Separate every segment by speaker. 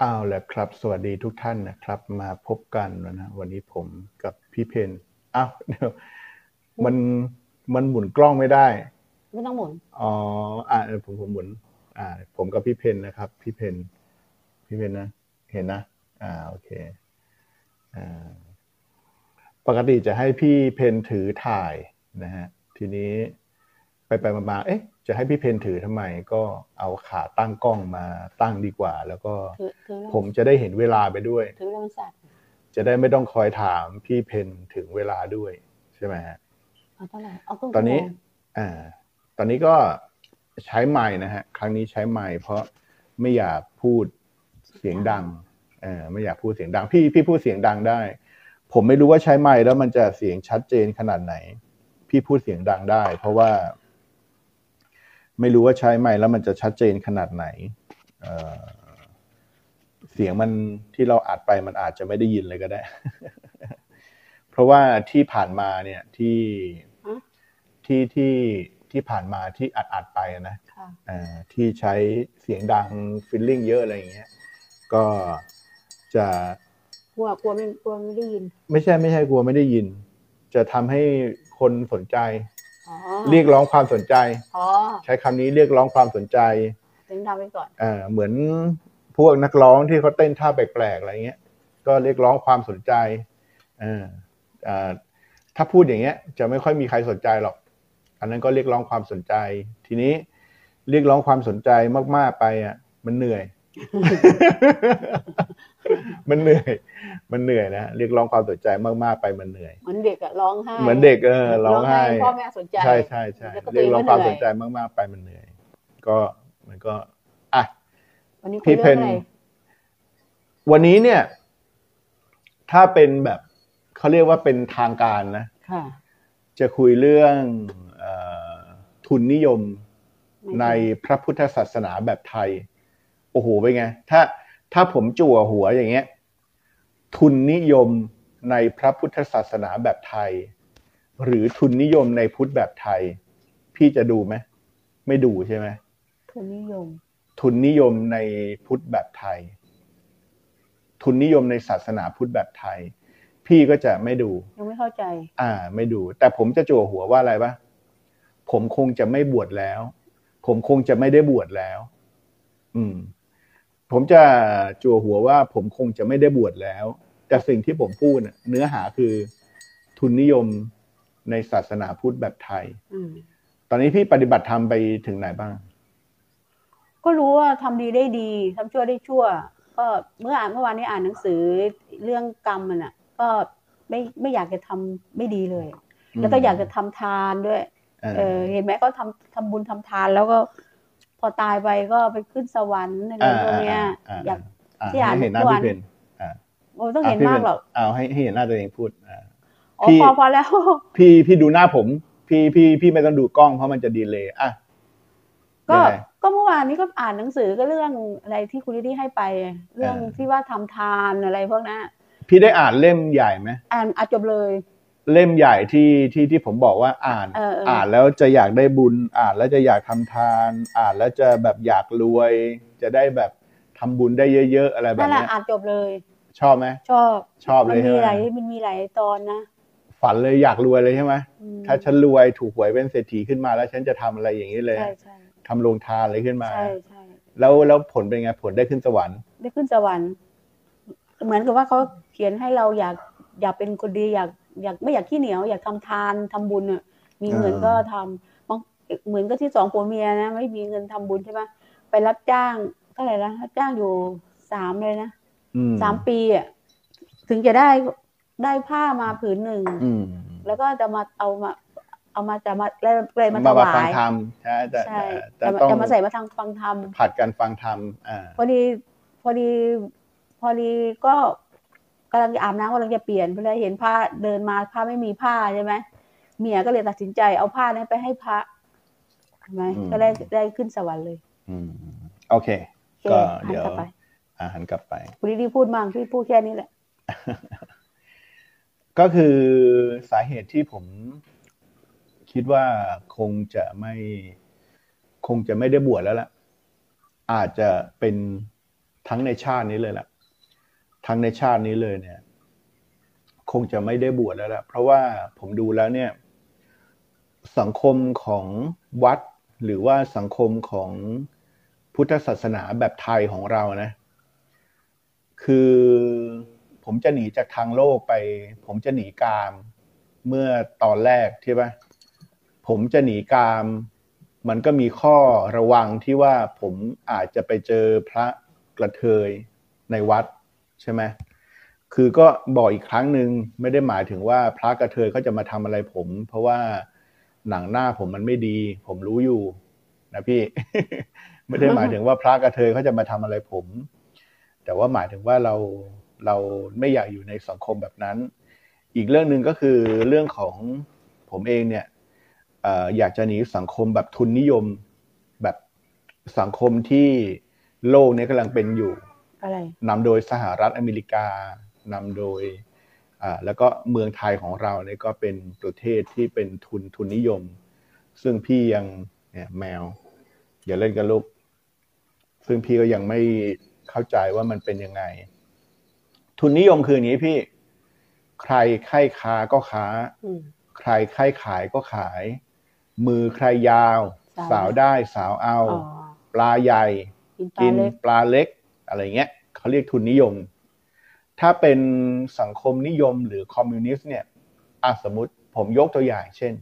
Speaker 1: เอาละครับ สวัสดีทุกท่านนะครับ มาพบกันนะฮะวันนี้ผมกับพี่เพนอ้าวเดี๋ยวมันมันหมุนกล้องไม่ได้
Speaker 2: ไม่ต้องหมุน
Speaker 1: อ๋ออ่าผมผมหมุน อ่า ผมกับพี่เพนนะครับ พี่เพนพี่เพนนะ เห็นนะ อ่า โอเค อ่า ปกติจะให้พี่เพนถือถ่ายนะฮะ ทีนี้ไปไปๆมาๆเอ๊ะ จะให้พี่เพนถือทำไม ก็เอาขาตั้งกล้องมาตั้งดีกว่า แล้วก็
Speaker 2: ถือถือ
Speaker 1: ผมจะได้เห็นเวลาไปด้วย
Speaker 2: ถือเรื่องสัตว์
Speaker 1: จะได้ไม่ต้องคอยถามพี่เพนถึงเวลาด้วย ใช่ไหมฮะ
Speaker 2: เอาเท่าไหร่เอาครึ่ง
Speaker 1: ตอนนี้
Speaker 2: ชั่วโมง
Speaker 1: อ่า ตอนนี้ก็ใช้ไม้นะฮะ ครั้งนี้ใช้ไม้เพราะไม่อยากพูดเสียงดัง เออไม่อยากพูดเสียงดัง พี่พี่พูดเสียงดังได้ ผมไม่รู้ว่าใช้ไม้แล้วมันจะเสียงชัดเจนขนาดไหน พี่พูดเสียงดังได้ เพราะว่า ไม่รู้ว่าใช้ไม้แล้วมันจะชัดเจนขนาดไหน เออเสียงมันที่เราอัดไปมันอาจจะไม่ได้ยินเลยก็ได้ เพราะว่าที่ผ่านมาเนี่ยที่ ที่ที่ที่ผ่านมาที่อัดอัดไปนะ
Speaker 2: ค่ะ
Speaker 1: เอ่อที่ใช้เสียงดังฟิลลิ่งเยอะอะไรอย่างเงี้ยก็จะ
Speaker 2: กลัวกลัวไม่กลัวไม่ได้ยิน
Speaker 1: ไม่ใช่ไม่ใช่กลัวไม่ได้ยิน จะทำให้คนสนใจ
Speaker 2: อ๋อ
Speaker 1: เรียกร้องความสนใจ
Speaker 2: อ๋อ
Speaker 1: ใช้คำนี้เรียกร้องความสนใจ
Speaker 2: เสียงดังไปก่อน
Speaker 1: เอ่อเหมือนพวกนักร้องที่เขาเต้นท่าแปลกๆอะไรเงี้ยก็เรียกร้องความสนใจเอ่อเอ่อถ้าพูดอย่างเงี้ย จะไม่ค่อยมีใครสนใจหรอก อันนั้นก็เรียกร้องความสนใจ ทีนี้เรียกร้องความสนใจมากๆไปอ่ะ มันเหนื่อย มันเหนื่อย มันเหนื่อยนะเรียกร้องความสนใจมากๆไปมันเหนื่อย
Speaker 2: เหมือนเด็กอะร้องไห้
Speaker 1: เหมือนเด็กเออร้องไห้
Speaker 2: พ่อแม่สนใจ
Speaker 1: ใช่ใช่ใช่
Speaker 2: แล้วก็ตัว
Speaker 1: เรียกร้องค
Speaker 2: เองก็
Speaker 1: วาม
Speaker 2: เหนื่
Speaker 1: ส
Speaker 2: อน ย
Speaker 1: ใจมากๆไปมันเหนื่อย ก็มันก็อ่ะ
Speaker 2: วันนี้คุ
Speaker 1: พี่
Speaker 2: ย
Speaker 1: เพ
Speaker 2: เรื่อน งอะไร
Speaker 1: วันนี้เนี่ย ถ้าเป็นแบบเขาเรียกว่าเป็นทางการนะ
Speaker 2: ค่ะ
Speaker 1: จะคุยเรื่องเออทุนนิยมในพระพุทธศาสนาแบบไทย โอ้โหเป็นไง ถ้าถ้าผมจั่วหัวอย่างเงี้ย ทุนนิยมในพระพุทธศาสนาแบบไทย หรือทุนนิยมในพุทธแบบไทย พี่จะดูไหมไม่ดูใช่ไหม
Speaker 2: ทุนนิยม
Speaker 1: ทุนนิยมในพุทธแบบไทย ทุนนิยมในศาสนาพุทธแบบไทย พี่ก็จะไม่ดู
Speaker 2: ยังไม่เข้าใจ
Speaker 1: อ่า ไม่ดู แต่ผมจะจั่วหัวว่าอะไรปะผมคงจะไม่บวชแล้ว ผมคงจะไม่ได้บวชแล้ว อืม ผมจะจั่วหัวว่า ผมคงจะไม่ได้บวชแล้ว แต่สิ่งที่ผมพูดน่ะเนื้อหาคือ ทุนนิยมในศาสนาพุทธแบบไทย
Speaker 2: อืม
Speaker 1: ตอนนี้พี่ปฏิบัติธรรมไปถึงไหนบ้าง
Speaker 2: ก็รู้ว่าทำดีได้ดีทำชั่วได้ชั่ว ก็เมื่ออ่านเมื่อวานนี้อ่านหนังสือเรื่องกรรมมันอะก็ไม่ไม่อยากจะทำไม่ดีเลย แล้วก็อยากจะทำทานด้วย
Speaker 1: อืม
Speaker 2: เออเห็นไหมก็ทำทำบุญทำทานแล้วก็ พอตายไปก็ไปขึ้นสวรรค์อะไรพวกเนี้ย
Speaker 1: อ่า
Speaker 2: อยาก ที่
Speaker 1: อ่า
Speaker 2: อ่าน
Speaker 1: ให้เห็นหน้า
Speaker 2: เมื่อ
Speaker 1: พี่
Speaker 2: วาน
Speaker 1: เพน
Speaker 2: โอ้ต้องเห็นมากหรอก
Speaker 1: เอาให้ให้เห็นหน้าตัวเองพูดอ่า
Speaker 2: อ๋อ
Speaker 1: พี่
Speaker 2: พอพอแล้ว
Speaker 1: พี่พี่ดูหน้าผม พี่พี่พี่ไม่ต้องดูกล้องเพราะมันจะดีเลยอ่ะ
Speaker 2: ก็
Speaker 1: ยังไง
Speaker 2: ก็เมื่อวานนี้ก็อ่านหนังสือก็เรื่องอะไรที่คุณลิที่ให้ไป เรื่อง
Speaker 1: เออ
Speaker 2: ที่ว่าทำทานอะไรพวกนั้น
Speaker 1: พี่ได้อ่านเล่มใหญ่ไหม
Speaker 2: อ่านอาจจบเลย
Speaker 1: เล่มใหญ่ที่ที่ที่ผมบอกว่าอ่าน
Speaker 2: เออเอออ่
Speaker 1: อ่านแล้วจะอยากได้บุญ อ่านแล้วจะอยากทำทาน อ่านแล้วจะแบบอยากรวย จะได้แบบทำบุญได้เยอะ ๆ อะไรแบบ
Speaker 2: นั่นแหละ
Speaker 1: เนี้ย
Speaker 2: อ่านจบเลย
Speaker 1: ชอบไหม
Speaker 2: ชอบ
Speaker 1: ชอบเล
Speaker 2: มั
Speaker 1: ยใช่
Speaker 2: มี
Speaker 1: ไห
Speaker 2: ห
Speaker 1: ม
Speaker 2: ลายมันมีหลายตอนนะ
Speaker 1: ฝันเลยอยากรวยเลยใช่ไหม
Speaker 2: อืม
Speaker 1: ถ้าฉันรวยถูกหวยเป็นเศรษฐีขึ้นมาแล้ว ฉันจะทำอะไรอย่างนี้เลย
Speaker 2: ใช่ใช่
Speaker 1: ทำโรงทานอะไรขึ้นมา
Speaker 2: ใช่ใช่
Speaker 1: แล้วแล้วผลเป็นไงผลได้ขึ้นสวรรค์
Speaker 2: ได้ขึ้นสวรรค์ เหมือนกับว่าเขาเขียนให้เราอยากอยากเป็นคนดีอยากอยากไม่อยากขี้เหนียว อยากทำทานทำบุญอะมีเงิน
Speaker 1: เออ
Speaker 2: ก็ทำบางเหมือนก็ที่สองผัวเมียนะ ไม่มีเงินทำบุญใช่ปะไปรับจ้างเท่าไหร่นะรับจ้างอยู่สามเลยนะ
Speaker 1: อื
Speaker 2: สามปีอ่ะถึงจะได้ได้ผ้ามาผืนหนึ่ง
Speaker 1: อืม
Speaker 2: แล้วก็จะมาเอามา เอามาจะมาเลยเลยมาถ
Speaker 1: มามาฟั
Speaker 2: วาง ย
Speaker 1: ธรรมใช่แต่
Speaker 2: ใช่
Speaker 1: แต่แต่
Speaker 2: จะมา
Speaker 1: ต้อง
Speaker 2: จะมาใส่มาทางฟังธรรม
Speaker 1: ผัดกันฟังธรรมอ่า
Speaker 2: พอดีพอดีพอดีก็กำลังจะอาบน้ำกำลังจะเปลี่ยนพอดีเห็นผ้าเดินมาผ้าไม่มีผ้าใช่ไหมเมียก็เลยตัดสินใจเอาผ้านั้นไปให้พระใช่ไหมก็ได้ได้ขึ้นสวรรค์เลย
Speaker 1: อืมโอเค
Speaker 2: โอค
Speaker 1: ก็
Speaker 2: หัน
Speaker 1: เดี๋ยว
Speaker 2: กลับไป
Speaker 1: อ่าหันกลับไป
Speaker 2: คุณดีพูดมั่งพี่พูดแค่นี้แหละ
Speaker 1: ก็คือสาเหตุที่ผมคิดว่าคงจะไม่ คงจะไม่ได้บวชแล้วล่ะ อาจจะเป็น ทั้งในชาตินี้เลยแหละทั้งในชาตินี้เลยเนี่ย คงจะไม่ได้บวชแล้วล่ะเพราะว่าผมดูแล้วเนี่ย สังคมของวัด หรือว่าสังคมของพุทธศาสนาแบบไทยของเรานะ คือผมจะหนีจากทางโลกไป ผมจะหนีกาม เมื่อตอนแรกใช่ปะผมจะหนีกาม มันก็มีข้อระวังที่ว่าผมอาจจะไปเจอพระกระเทยในวัดใช่ไหมคือก็บอกอีกครั้งหนึ่งไม่ได้หมายถึงว่าพระกระเทยเขาจะมาทำอะไรผม เพราะว่าหนังหน้าผมมันไม่ดี ผมรู้อยู่นะพี่ ไม่ได้หมายถึงว่าพระกระเทยเขาจะมาทำอะไรผม แต่ว่าหมายถึงว่าเราเราไม่อยากอยู่ในสังคมแบบนั้น อีกเรื่องหนึ่งก็คือเรื่องของผมเองเนี่ยเอออยากจะหนีสังคมแบบทุนนิยม แบบสังคมที่โลกเนี้กำลังเป็นอยู่
Speaker 2: อะไร
Speaker 1: นำโดยสหรัฐอเมริกานำโดยอ่าแล้วก็เมืองไทยของเราเนี่ยก็เป็นประเทศที่เป็นทุนทุนนิยม ซึ่งพี่ยังเนี่ยแมว อย่าเล่นกับลูก ซึ่งพี่ก็ยังไม่เข้าใจว่ามันเป็นยังไง ทุนนิยมคืออย่างนี้พี่ ใครใครค้าก็ค้า
Speaker 2: อืม
Speaker 1: ใครใครขายก็ขาย มือใครยาว
Speaker 2: สา
Speaker 1: สาว วได้สาวเอา
Speaker 2: อ๋อ
Speaker 1: ปลาใหญ่
Speaker 2: กินปลา
Speaker 1: กินปลา
Speaker 2: เล็ก
Speaker 1: เล็กอะไรเงี้ยเขาเรียกทุนนิยม ถ้าเป็นสังคมนิยมหรือคอมมิวนิสต์เนี่ยอ่ะสมมติผมยกตัวอย่างเช่น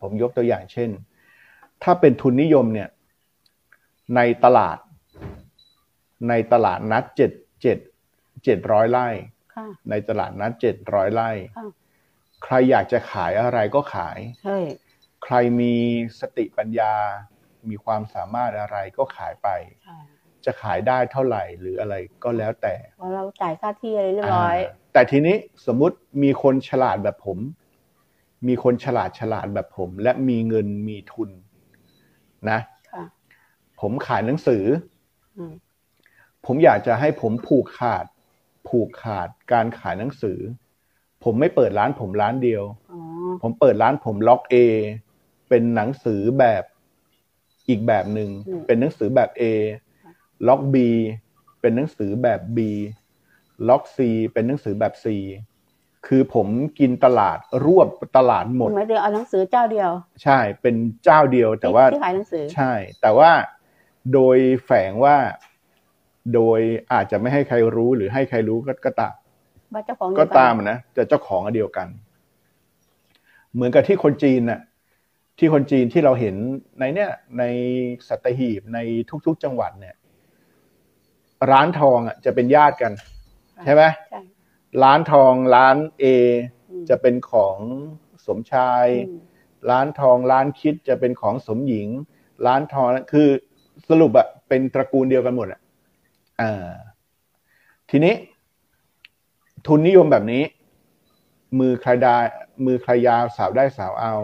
Speaker 1: ผมยกตัวอย่างเช่น ถ้าเป็นทุนนิยมเนี่ย ในตลาด ในตลาดนัดเจ็ดเจ็ดเจ็ดร้อยไร่
Speaker 2: ค่ะ
Speaker 1: ในตลาดนัดเจ็ดร้อยไร่
Speaker 2: ค่ะ
Speaker 1: ใครอยากจะขายอะไรก็ขาย
Speaker 2: เฮ้ย
Speaker 1: ใครมีสติปัญญา มีความสามารถอะไรก็ขายไป
Speaker 2: ใช่
Speaker 1: จะขายได้เท่าไหร่หรืออะไรก็แล้วแต่
Speaker 2: พอเราจ่ายค่าที่อะไรเรียบร้อย
Speaker 1: าแต่ทีนี้สมมุติมีคนฉลาดแบบผม มีคนฉลาดฉลาดแบบผม และมีเงินมีทุนนะ
Speaker 2: ค่ะ
Speaker 1: ผมขายหนังสือ
Speaker 2: อืม
Speaker 1: ผมอยากจะให้ผมผูกขาด ผูกขาดการขายหนังสือ ผมไม่เปิดร้านผมร้านเดียว
Speaker 2: อ๋อ
Speaker 1: ผมเปิดร้านผมล็อกเอเป็นหนังสือแบบอีกแบบหนึง่ง
Speaker 2: อืม
Speaker 1: เป็นหนังสือแบบ A ล็อก B เป็นหนังสือแบบ B ล็อก C เป็นหนังสือแบบ C คือผมกินตลาดรวบตลาดหมด
Speaker 2: หมายถึงเอาหนังสือเจ้าเดียว
Speaker 1: ใช่เป็นเจ้าเดียวแต่
Speaker 2: ที่
Speaker 1: ว่า
Speaker 2: ที่ขายหนังสือ
Speaker 1: ใช่ แต่ว่าโดยแฝงว่าโดยอาจจะไม่ให้ใครรู้หรือให้ใครรู้ก็ก็ตาม
Speaker 2: ว่าเจ้าของอยู่
Speaker 1: ก็
Speaker 2: บ้น
Speaker 1: ตามอะนะแต่เจ้าของอันเดียวกัน เหมือนกับที่คนจีนน่ะ ที่คนจีนที่เราเห็นในเนี่ย ในสัตหีบในทุกๆจังหวัดเนี่ย ร้านทองอ่ะจะเป็นญาติกัน ใช่ไหม
Speaker 2: ใช่
Speaker 1: ร้านทองร้านเอ
Speaker 2: อืม
Speaker 1: จะเป็นของสมชาย
Speaker 2: อืม
Speaker 1: ร้านทองร้านคิดจะเป็นของสมหญิง ร้านทองคือสรุปอะเป็นตระกูลเดียวกันหมดอะอ่าทีนี้ ทุนนิยมแบบนี้ มือใครดามือใครยาวสาวได้สาวเอา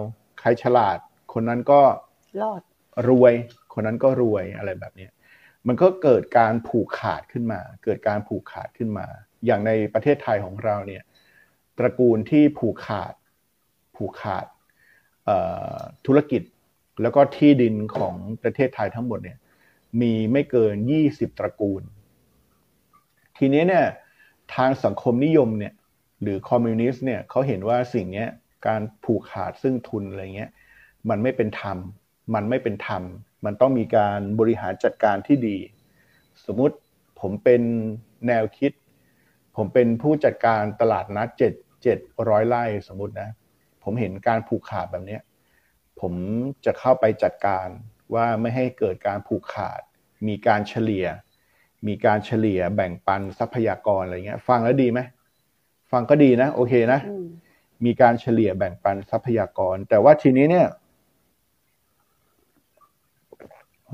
Speaker 1: ใครฉลาด คนนั้นก็
Speaker 2: รอด
Speaker 1: รวย คนนั้นก็รวยอะไรแบบเนี้ยมันก็เกิดการผูกขาดขึ้นมา เกิดการผูกขาดขึ้นมา อย่างในประเทศไทยของเราเนี่ย ตระกูลที่ผูกขาด ผูกขาดเอ่อธุรกิจแล้วก็ที่ดินของประเทศไทยทั้งหมดเนี่ย มีไม่เกิน 20 ตระกูล ทีนี้เนี่ยทางสังคมนิยมเนี่ย หรือคอมมิวนิสต์เนี่ยเขาเห็นว่าสิ่งเนี้ยการผูกขาดซึ่งทุนอะไรเงี้ย มันไม่เป็นธรรม มันไม่เป็นธรรม มันต้องมีการบริหารจัดการที่ดี สมมุติผมเป็นแนวคิด ผมเป็นผู้จัดการตลาดนัดเจ็ดเจ็ดร้อยไร่สมมตินะ ผมเห็นการผูกขาดแบบเนี้ย ผมจะเข้าไปจัดการว่าไม่ให้เกิดการผูกขาด มีการเฉลี่ย มีการเฉลี่ยแบ่งปันทรัพยากรอะไรเงี้ย ฟังแล้วดีไหม ฟังก็ดีนะ โอเคนะ
Speaker 2: อืม
Speaker 1: มีการเฉลี่ยแบ่งปันทรัพยากร แต่ว่าทีนี้เนี่ย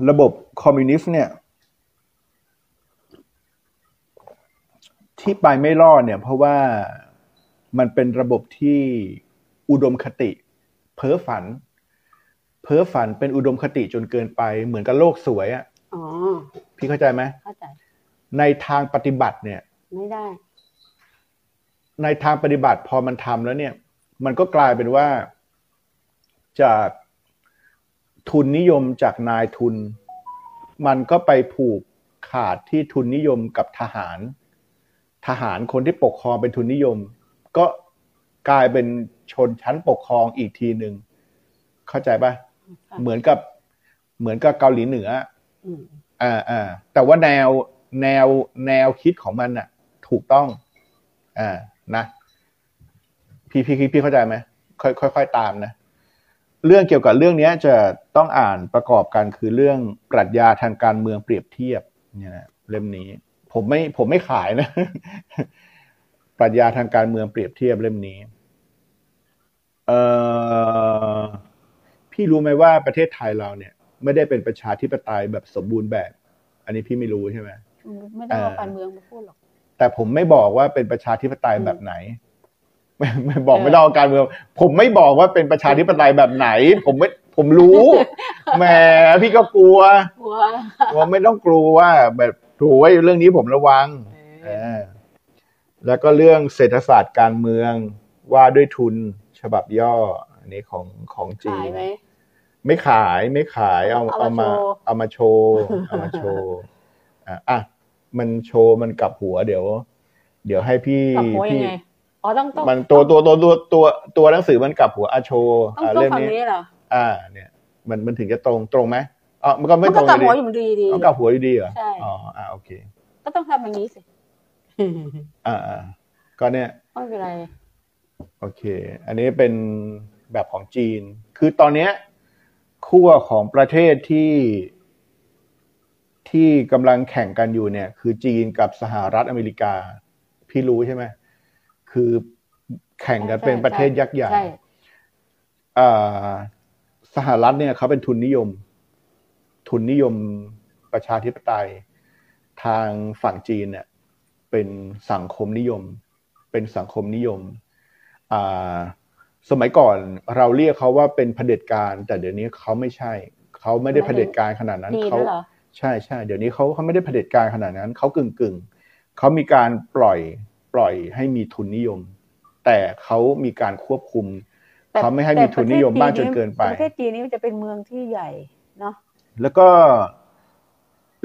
Speaker 1: ระบบคอมมิวนิสต์เนี่ย ที่ไปไม่รอดเนี่ย เพราะว่ามันเป็นระบบที่อุดมคติ เพ้อฝัน เพ้อฝันเป็นอุดมคติจนเกินไป เหมือนกับโลกสวยอะ่ะ
Speaker 2: อ๋อ
Speaker 1: พี่เข้าใจไหม
Speaker 2: เข้าใจ
Speaker 1: ในทางปฏิบัติเนี่ย
Speaker 2: ไม่ได้
Speaker 1: ในทางปฏิบัติพอมันทำแล้วเนี่ย มันก็กลายเป็นว่าจากทุนนิยมจากนายทุน มันก็ไปผูก ขาดที่ทุนนิยมกับทหาร ทหารคนที่ปกครองเป็นทุนนิยม ก็กลายเป็นชนชั้นปกครองอีกทีหนึ่งเข้าใจปะ
Speaker 2: ค่ะ
Speaker 1: เหมือนกับเหมือนกับเกาหลีเหนือ
Speaker 2: อืม
Speaker 1: อ่าอ่าแต่ว่าแนวแนวแนวคิดของมันน่ะ ถูกต้องอ่านะ พี่พี่พี่เข้าใจไหมค่อยค่อยค่อยตามนะ เรื่องเกี่ยวกับเรื่องเนี้ย จะต้องอ่านประกอบกันคือเรื่องปรัชญาทางการเมืองเปรียบเทียบ เนี่ยนะเล่มนี้ ผมไม่ผมไม่ขายนะ ปรัชญาทางการเมืองเปรียบเทียบเล่มนี้ เอ่อ พี่รู้ไหมว่าประเทศไทยเราเนี่ย ไม่ได้เป็นประชาธิปไตยแบบสมบูรณ์แบบ อันนี้พี่ไม่รู้ใช่ไหม
Speaker 2: ไม่ต้องเอา
Speaker 1: เอ่อ
Speaker 2: การเมืองมาพูดหรอก
Speaker 1: แต่ผมไม่บอกว่าเป็นประชาธิปไตยแบบไหน ไม่ไม่บอก
Speaker 2: เออ
Speaker 1: ไม่ต้องเอาการเมืองผมไม่บอกว่าเป็นประชาธิปไตยแบบไหน ผมไม่ผมรู้ แหมพี่ก็กลัว
Speaker 2: กลัว
Speaker 1: ผมไม่ต้องกลัวว่า แบบถูไว้เรื่องนี้ผมระวัง เออแล้วก็เรื่องเศรษฐศาสตร์การเมืองว่าด้วยทุนฉบับย่อ อันนี้ของของจี
Speaker 2: ขาย
Speaker 1: น
Speaker 2: ไหม
Speaker 1: ไม่ขายไม่ขายเอาเอา
Speaker 2: เอา
Speaker 1: มา
Speaker 2: มา
Speaker 1: เอามาโชว์เอามาโชว์อ่ะอ่ะมันโชว์มันกลับหัวเดี๋ยว เดี๋ยวให้พี่
Speaker 2: ปรับหัวยั
Speaker 1: พี่
Speaker 2: งไงอ๋อต้องต้อง
Speaker 1: มันตัวตัวตัวตัวตัวตัวหนังสือมันกลับหัวอ่ะโชว์อ่ะ
Speaker 2: ต้องต้อง
Speaker 1: เล่ม
Speaker 2: ฝั่ง
Speaker 1: นี้
Speaker 2: นี้เหรอ
Speaker 1: อ่า เนี่ย มันมันถึงจะตรงตรงไหมอ๋อมันก็
Speaker 2: มั
Speaker 1: ไม่
Speaker 2: น
Speaker 1: ต
Speaker 2: ก็
Speaker 1: รง
Speaker 2: กลับ
Speaker 1: เล
Speaker 2: หัวย อยู่ดีดี
Speaker 1: มันกลับหัวอยู่ดีเหรอ
Speaker 2: ใช่
Speaker 1: อ๋ออ่ะโอเค
Speaker 2: ก็ต้องทำอย่างนี้ สิ
Speaker 1: อ่าอ่าก็เนี่ย
Speaker 2: ไม่เป็นไร
Speaker 1: โอเค อันนี้เป็นแบบของจีน คือตอนเนี้ยขั้วของประเทศที่ที่กำลังแข่งกันอยู่เนี่ย คือจีนกับสหรัฐอเมริกา พี่รู้ใช่ไหม คือแข่งกันเป็นประเทศยักษ์ใหญ่
Speaker 2: ใช่
Speaker 1: อ่าสหรัฐเนี่ยเขาเป็นทุนนิยม ทุนนิยมประชาธิปไตย ทางฝั่งจีนเนี่ยเป็นสังคมนิยม เป็นสังคมนิยมอ่าสมัยก่อนเราเรียกเขาว่าเป็นเผด็จการ แต่เดี๋ยวนี้เขาไม่ใช่ เขาไม่ได้เผด็จการขนาดนั้น
Speaker 2: ดี
Speaker 1: เขา
Speaker 2: ด้วยเหรอ
Speaker 1: ใช่ใช่เดี๋ยวนี้เขาเขาไม่ได้เผด็จการขนาดนั้นเขากึ่งกึ่งๆเขามีการปล่อยปล่อยให้มีทุนนิยม แต่เขามีการควบคุม
Speaker 2: แต่
Speaker 1: เขาไม่ให้มีทุนนิยมมากจนเกินไป
Speaker 2: แต่ประเทศจีนนี่มันจะเป็นเมืองที่ใหญ่เนาะ
Speaker 1: แล้วก็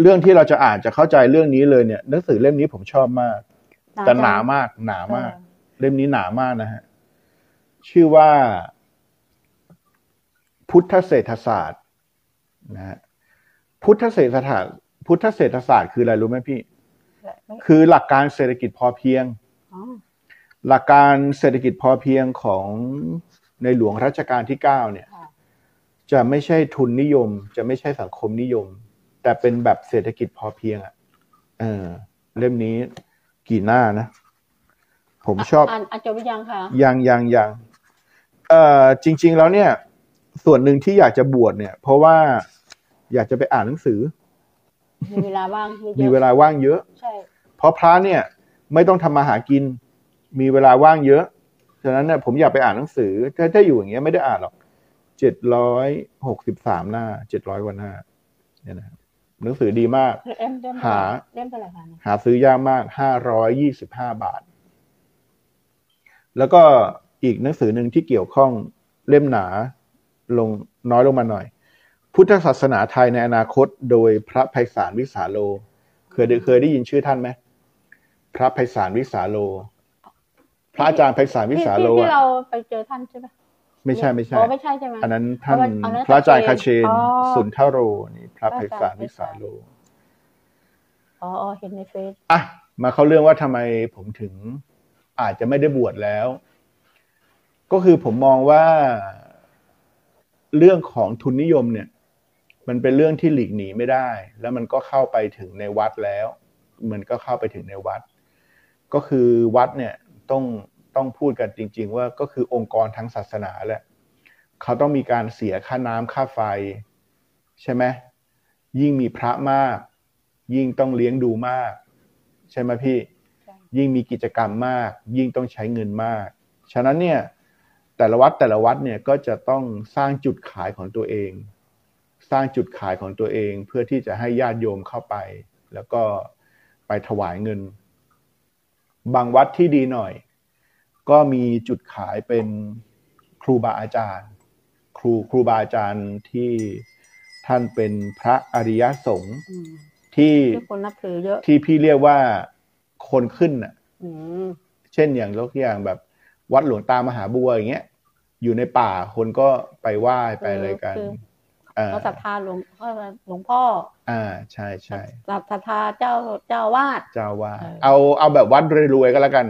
Speaker 1: เรื่องที่เราจะอ่านจะเข้าใจเรื่องนี้เลยเนี่ยหนังสือเล่มนี้ผมชอบมาก แต่หนามากหนามาก เล่มนี้หนามากนะฮะ ชื่อว่า พุทธเศรษฐศาสตร์นะฮะพุทธเศรษฐศาสตร์พุทธเศรษฐศาสตร์คืออะไรรู้ไหมพี่
Speaker 2: จัง
Speaker 1: คือหลักการเศรษฐกิจพอเพียง
Speaker 2: อ๋อ
Speaker 1: หลักการเศรษฐกิจพอเพียงของในหลวงรัชกาลที่ 9 เนี่ย
Speaker 2: ค่ะ
Speaker 1: จะไม่ใช่ทุนนิยม จะไม่ใช่สังคมนิยม แต่เป็นแบบเศรษฐกิจพอเพียงอ่ะเออเล่มนี้กี่หน้านะ ผมชอบ
Speaker 2: อ่านอ่านจบหรือยังคะ
Speaker 1: ยังยังยังเอ่อจริง ๆ แล้วเนี่ย ส่วนหนึ่งที่อยากจะบวชเนี่ย เพราะว่าอยากจะไปอ่านหนังสือ
Speaker 2: มีเวลาว่างยอะๆ
Speaker 1: มีเวลาว่างเยอะ
Speaker 2: ใช่
Speaker 1: เพราะพระเนี่ย ไม่ต้องทำมาหากิน มีเวลาว่างเยอะ ฉะนั้นเนี่ยผมอยากไปอ่านหนังสือ ถ้าถ้าอยู่อย่างเงี้ยไม่ได้อ่านหรอกเจ็ดร้อยหกสิบสามหน้าเจ็ดร้อยกว่าหน้าเนี่ยนะครับหนังสือดีมาก
Speaker 2: เล่มเล่มเท่า
Speaker 1: หา
Speaker 2: ไหร่เล่มเท่าไหร่คะเนี่ย
Speaker 1: หาซื้อยากมากห้าร้อยยี่สิบห้าบาท แล้วก็อีกหนังสือหนึ่งที่เกี่ยวข้องเล่มหนาลงน้อยลงมาหน่อย พุทธศาสนาไทยในอนาคตโดยพระไพศาลวิสาโล เคยได้เคยได้ยินชื่อท่านไหมพระไพศาลวิสาโล พระอาจารย์ไพศาลวิ
Speaker 2: ที่
Speaker 1: สา
Speaker 2: ที่
Speaker 1: โล
Speaker 2: ที่
Speaker 1: อะ
Speaker 2: เราไปเจอท่านใช่ไหม
Speaker 1: ไม่ใช่ไม่ใช่
Speaker 2: อ๋อไม่ใช่ใช่ไหม
Speaker 1: อันนั้นท่าน
Speaker 2: เอาไว้เอาไว้
Speaker 1: พระอาจารย์คาเชน
Speaker 2: อ๋อ
Speaker 1: สุนทโรนี่พระไพศาลวิสาโล
Speaker 2: อ๋ออ๋อเห็นในเฟซ
Speaker 1: อ่ะมาเข้าเรื่องว่าทำไมผมถึงอาจจะไม่ได้บวชแล้ว ก็คือผมมองว่าเรื่องของทุนนิยมเนี่ย มันเป็นเรื่องที่หลีกหนีไม่ได้ แล้วมันก็เข้าไปถึงในวัดแล้ว มันก็เข้าไปถึงในวัด ก็คือวัดเนี่ยต้องต้องพูดกันจริง ๆ ว่าก็คือองค์กรทางศาสนาแหละเขาต้องมีการเสียค่าน้ำค่าไฟ ใช่ไหมยิ่งมีพระมาก ยิ่งต้องเลี้ยงดูมาก ใช่ไหมพี่ ยิ่งมีกิจกรรมมาก ยิ่งต้องใช้เงินมาก ฉะนั้นเนี่ย แต่ละวัดแต่ละวัดเนี่ยก็จะต้องสร้างจุดขายของตัวเอง สร้างจุดขายของตัวเองเพื่อที่จะให้ญาติโยมเข้าไป แล้วก็ไปถวายเงิน บางวัดที่ดีหน่อย ก็มีจุดขายเป็นครูบาอาจารย์ ครูครูบาอาจารย์ที่ท่านเป็นพระอริยสงฆ์
Speaker 2: อืม
Speaker 1: ที่
Speaker 2: ที่คนนับถือเยอะ
Speaker 1: ที่พี่เรียกว่าคนขึ้นน่ะ
Speaker 2: อืม
Speaker 1: เช่นอย่างยกตัวอย่างแบบวัดหลวงตามหาบัวอย่างเงี้ย อยู่ในป่าคนก็ไปไหว้ไปอะไรกัน
Speaker 2: คือ
Speaker 1: อ่า
Speaker 2: เขาศรัทธาหลวงเขาหลวงพ่อ
Speaker 1: อ่าใช่ใช่
Speaker 2: ศรัทธาเจ้าเจ้าอาวาด
Speaker 1: เจ้าวาด
Speaker 2: เออ
Speaker 1: เอาเอาแบบวัดรวยๆก็แล้วกัน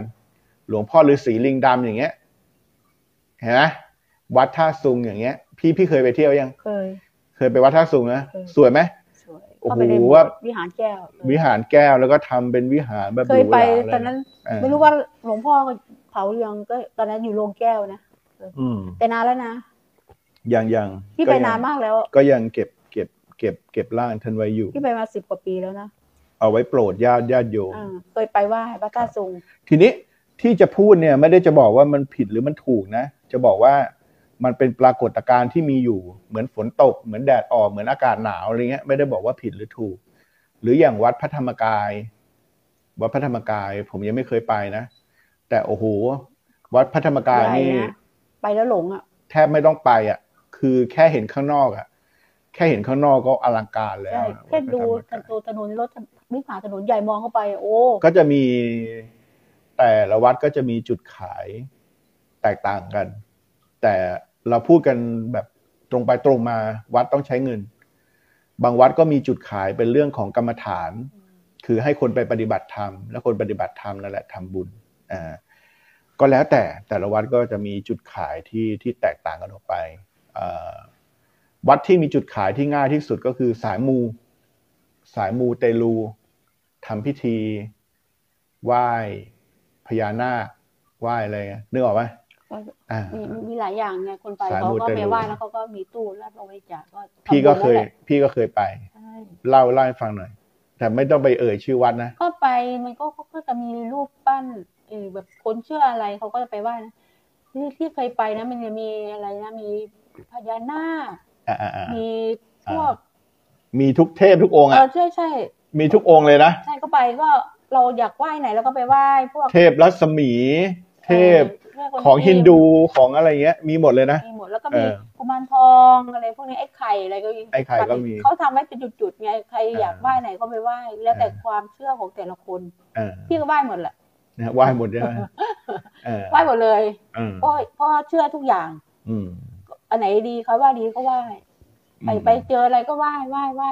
Speaker 1: หลวงพ่อฤาษีลิงดำอย่างเงี้ยเห็นไหมวัดท่าซุงอย่างเงี้ย พี่พี่เคยไปเที่ยวยัง
Speaker 2: เคย
Speaker 1: เคยไปวัดท่าซุงนะ
Speaker 2: เคย
Speaker 1: สวยไหม
Speaker 2: สวย
Speaker 1: โอ้โห
Speaker 2: เข้าไปในโบ
Speaker 1: ว่า
Speaker 2: สถ์วิหารแก้วเออ
Speaker 1: วิหารแก้วแล้วก็ทำเป็นวิหารแบบห
Speaker 2: เค
Speaker 1: รู
Speaker 2: ย
Speaker 1: ห
Speaker 2: ไป
Speaker 1: ราเลย
Speaker 2: ตอนนั้น
Speaker 1: เออ
Speaker 2: ไม่รู้ว่าหลวงพ่อเผาเรืองก็ ตอนนั้นอยู่โรงแก้วนะ
Speaker 1: อืม
Speaker 2: แต่นานแล้วนะ
Speaker 1: ยังยัง
Speaker 2: พี่ไปนานมากแล้ว
Speaker 1: ก็ยังเก็บเก็บเก็บเก็บร่างท่านไว้อยู่
Speaker 2: พี่ไปมาสิบกว่าปีแล้วนะ
Speaker 1: เอาไว้โปรดญาติญาติโยม
Speaker 2: อ่าเคยไปไหว้พระธาตุทรง
Speaker 1: ทีนี้ที่จะพูดเนี่ยไม่ได้จะบอกว่ามันผิดหรือมันถูกนะ จะบอกว่ามันเป็นปรากฏการณ์ที่มีอยู่เหมือนฝนตก เหมือนแดดออกเหมือนอากาศหนาวอะไรเงี้ยไม่ได้บอกว่าผิดหรือถูก หรืออย่างวัดพระธรรมกาย วัดพระธรรมกาย ผมยังไม่เคยไปนะ แต่โอ้โหวัดพระธรรมกาย
Speaker 2: ใหญ่
Speaker 1: นี่
Speaker 2: นะไปแล้วหลงอ่ะ
Speaker 1: แทบไม่ต้องไปอ่ะ คือแค่เห็นข้างนอกอ่ะ แค่เห็นข้างนอกก็อลังการแล้ว
Speaker 2: ใช่
Speaker 1: อะ
Speaker 2: แค่ดู
Speaker 1: วัดพระธรรมกาย
Speaker 2: ถนนรถวิ่งผ่านถนนใหญ่มองเข้าไป โอ้
Speaker 1: ก็จะมีแต่ละวัดก็จะมีจุดขายแตกต่างกัน แต่เราพูดกันแบบตรงไปตรงมา วัดต้องใช้เงิน บางวัดก็มีจุดขายเป็นเรื่องของกรรมฐาน คือให้คนไปปฏิบัติธรรม และคนปฏิบัติธรรมนั่นแหละทำบุญอ่าก็แล้วแต่แต่ละวัดก็จะมีจุดขายที่ที่แตกต่างกันออกไปอ่าวัดที่มีจุดขายที่ง่ายที่สุดก็คือสายมู สายมูเตลูทำพิธีไหว้พญานาคไหว้อะไรเงี้ยนึกออกไหมอ่า
Speaker 2: มีมีหลายอย่างไงคนไป
Speaker 1: สาย
Speaker 2: เขา
Speaker 1: มู
Speaker 2: ก็
Speaker 1: เตลู
Speaker 2: ไปไหว้แล้วเขาก็มีตู้รับบริจาคก็ทำ
Speaker 1: พี่ก็
Speaker 2: บุญ
Speaker 1: เคย
Speaker 2: นั่นแหละ
Speaker 1: พี่ก็เคยไป
Speaker 2: ใช่
Speaker 1: เล่าเล่าให้ฟังหน่อย แต่ไม่ต้องไปเอ่ยชื่อวัดนะ
Speaker 2: ก็ไปมันก็ก็จะมีรูปปั้นเออแบบคนเชื่ออะไรเขาก็จะไปไหว้นะที่ที่เคยไปนะ มันจะมีอะไรนะมีพญานาค
Speaker 1: อ่าอ่าอ่า
Speaker 2: มีพวก
Speaker 1: มีทุกเทพทุกองค์
Speaker 2: เอ
Speaker 1: อ่ะ
Speaker 2: อใช่ใช่
Speaker 1: มีทุกองค์เลยนะ
Speaker 2: ใช่ก็ไปก็เราอยากไหว้ไหนเราก็ไปไหว้พวก
Speaker 1: เทพรัศมี เทพ
Speaker 2: เรื่คน
Speaker 1: ของ
Speaker 2: จีน
Speaker 1: ฮินดูของอะไรเงี้ย มีหมดเลยนะ
Speaker 2: มีหมดแล้วก็
Speaker 1: เอ
Speaker 2: มี
Speaker 1: อ
Speaker 2: กุมารทองอะไรพวกนี้ไอ้ไข่อะไรก็มี
Speaker 1: ไอ้ไข่ก็มี
Speaker 2: เขาทำไว้เป็นจุดๆไงใครอยาก
Speaker 1: อ่า
Speaker 2: ไหว้ไหนก็ไปไหว้แล้วแต่
Speaker 1: อ่า
Speaker 2: ความเชื่อของแต่ละคน
Speaker 1: เออ
Speaker 2: พี่ก็ไหว้หมดแหละ
Speaker 1: นะไหว้หมดใช่ไหมเออ
Speaker 2: ไหว้หมดเลย
Speaker 1: เออ
Speaker 2: เพราะเพราะเชื่อทุกอย่าง
Speaker 1: อืม
Speaker 2: อันไหนดีเขาว่าดีก็ไหว้ไป
Speaker 1: อืม
Speaker 2: ไปเจออะไรก็ไหว้ไหว้ไหว้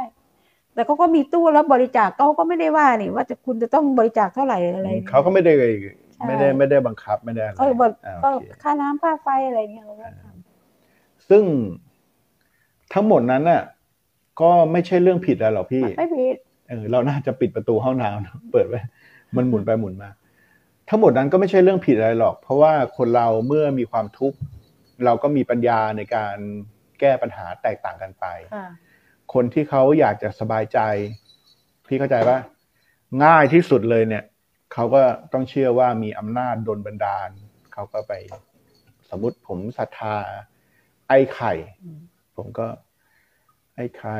Speaker 2: แต่เขาก็มีตู้รับบริจาคเขาก็ไม่ได้ว่านี่ว่าจะคุณจะต้องบริจาคเท่าไหร่อะไร
Speaker 1: เขาก็ไม่ได้ไม่ได้
Speaker 2: ใช่
Speaker 1: ไม่ได้บังคับไม่ได้อะไร
Speaker 2: เขาบอก
Speaker 1: อ่า
Speaker 2: ก็
Speaker 1: โอเค
Speaker 2: ค่าน้ำค่าไฟอะไรเนี่ยเขาก็ท
Speaker 1: ซึ่งทั้งหมดนั้นน่ะ ก็ไม่ใช่เรื่องผิดอะไรหรอกพี่
Speaker 2: ำไม่ผิด
Speaker 1: เออเราน่าจะปิดประตูห้องน้ำนะเปิดไว้ มันหมุนไปหมุนมา ทั้งหมดนั้นก็ไม่ใช่เรื่องผิดอะไรหรอก เพราะว่าคนเราเมื่อมีความทุกข์ เราก็มีปัญญาในการแก้ปัญหาแตกต่างกันไป
Speaker 2: ค่ะ
Speaker 1: คนที่เขาอยากจะสบายใจ พี่เข้าใจปะง่ายที่สุดเลยเนี่ยเขาก็ต้องเชื่อว่ามีอำนาจดลบันดาลเขาก็ไป สมมติผมศรัทธา ไอ้ไข่
Speaker 2: อืม
Speaker 1: ผมก็ ไอ้ไข่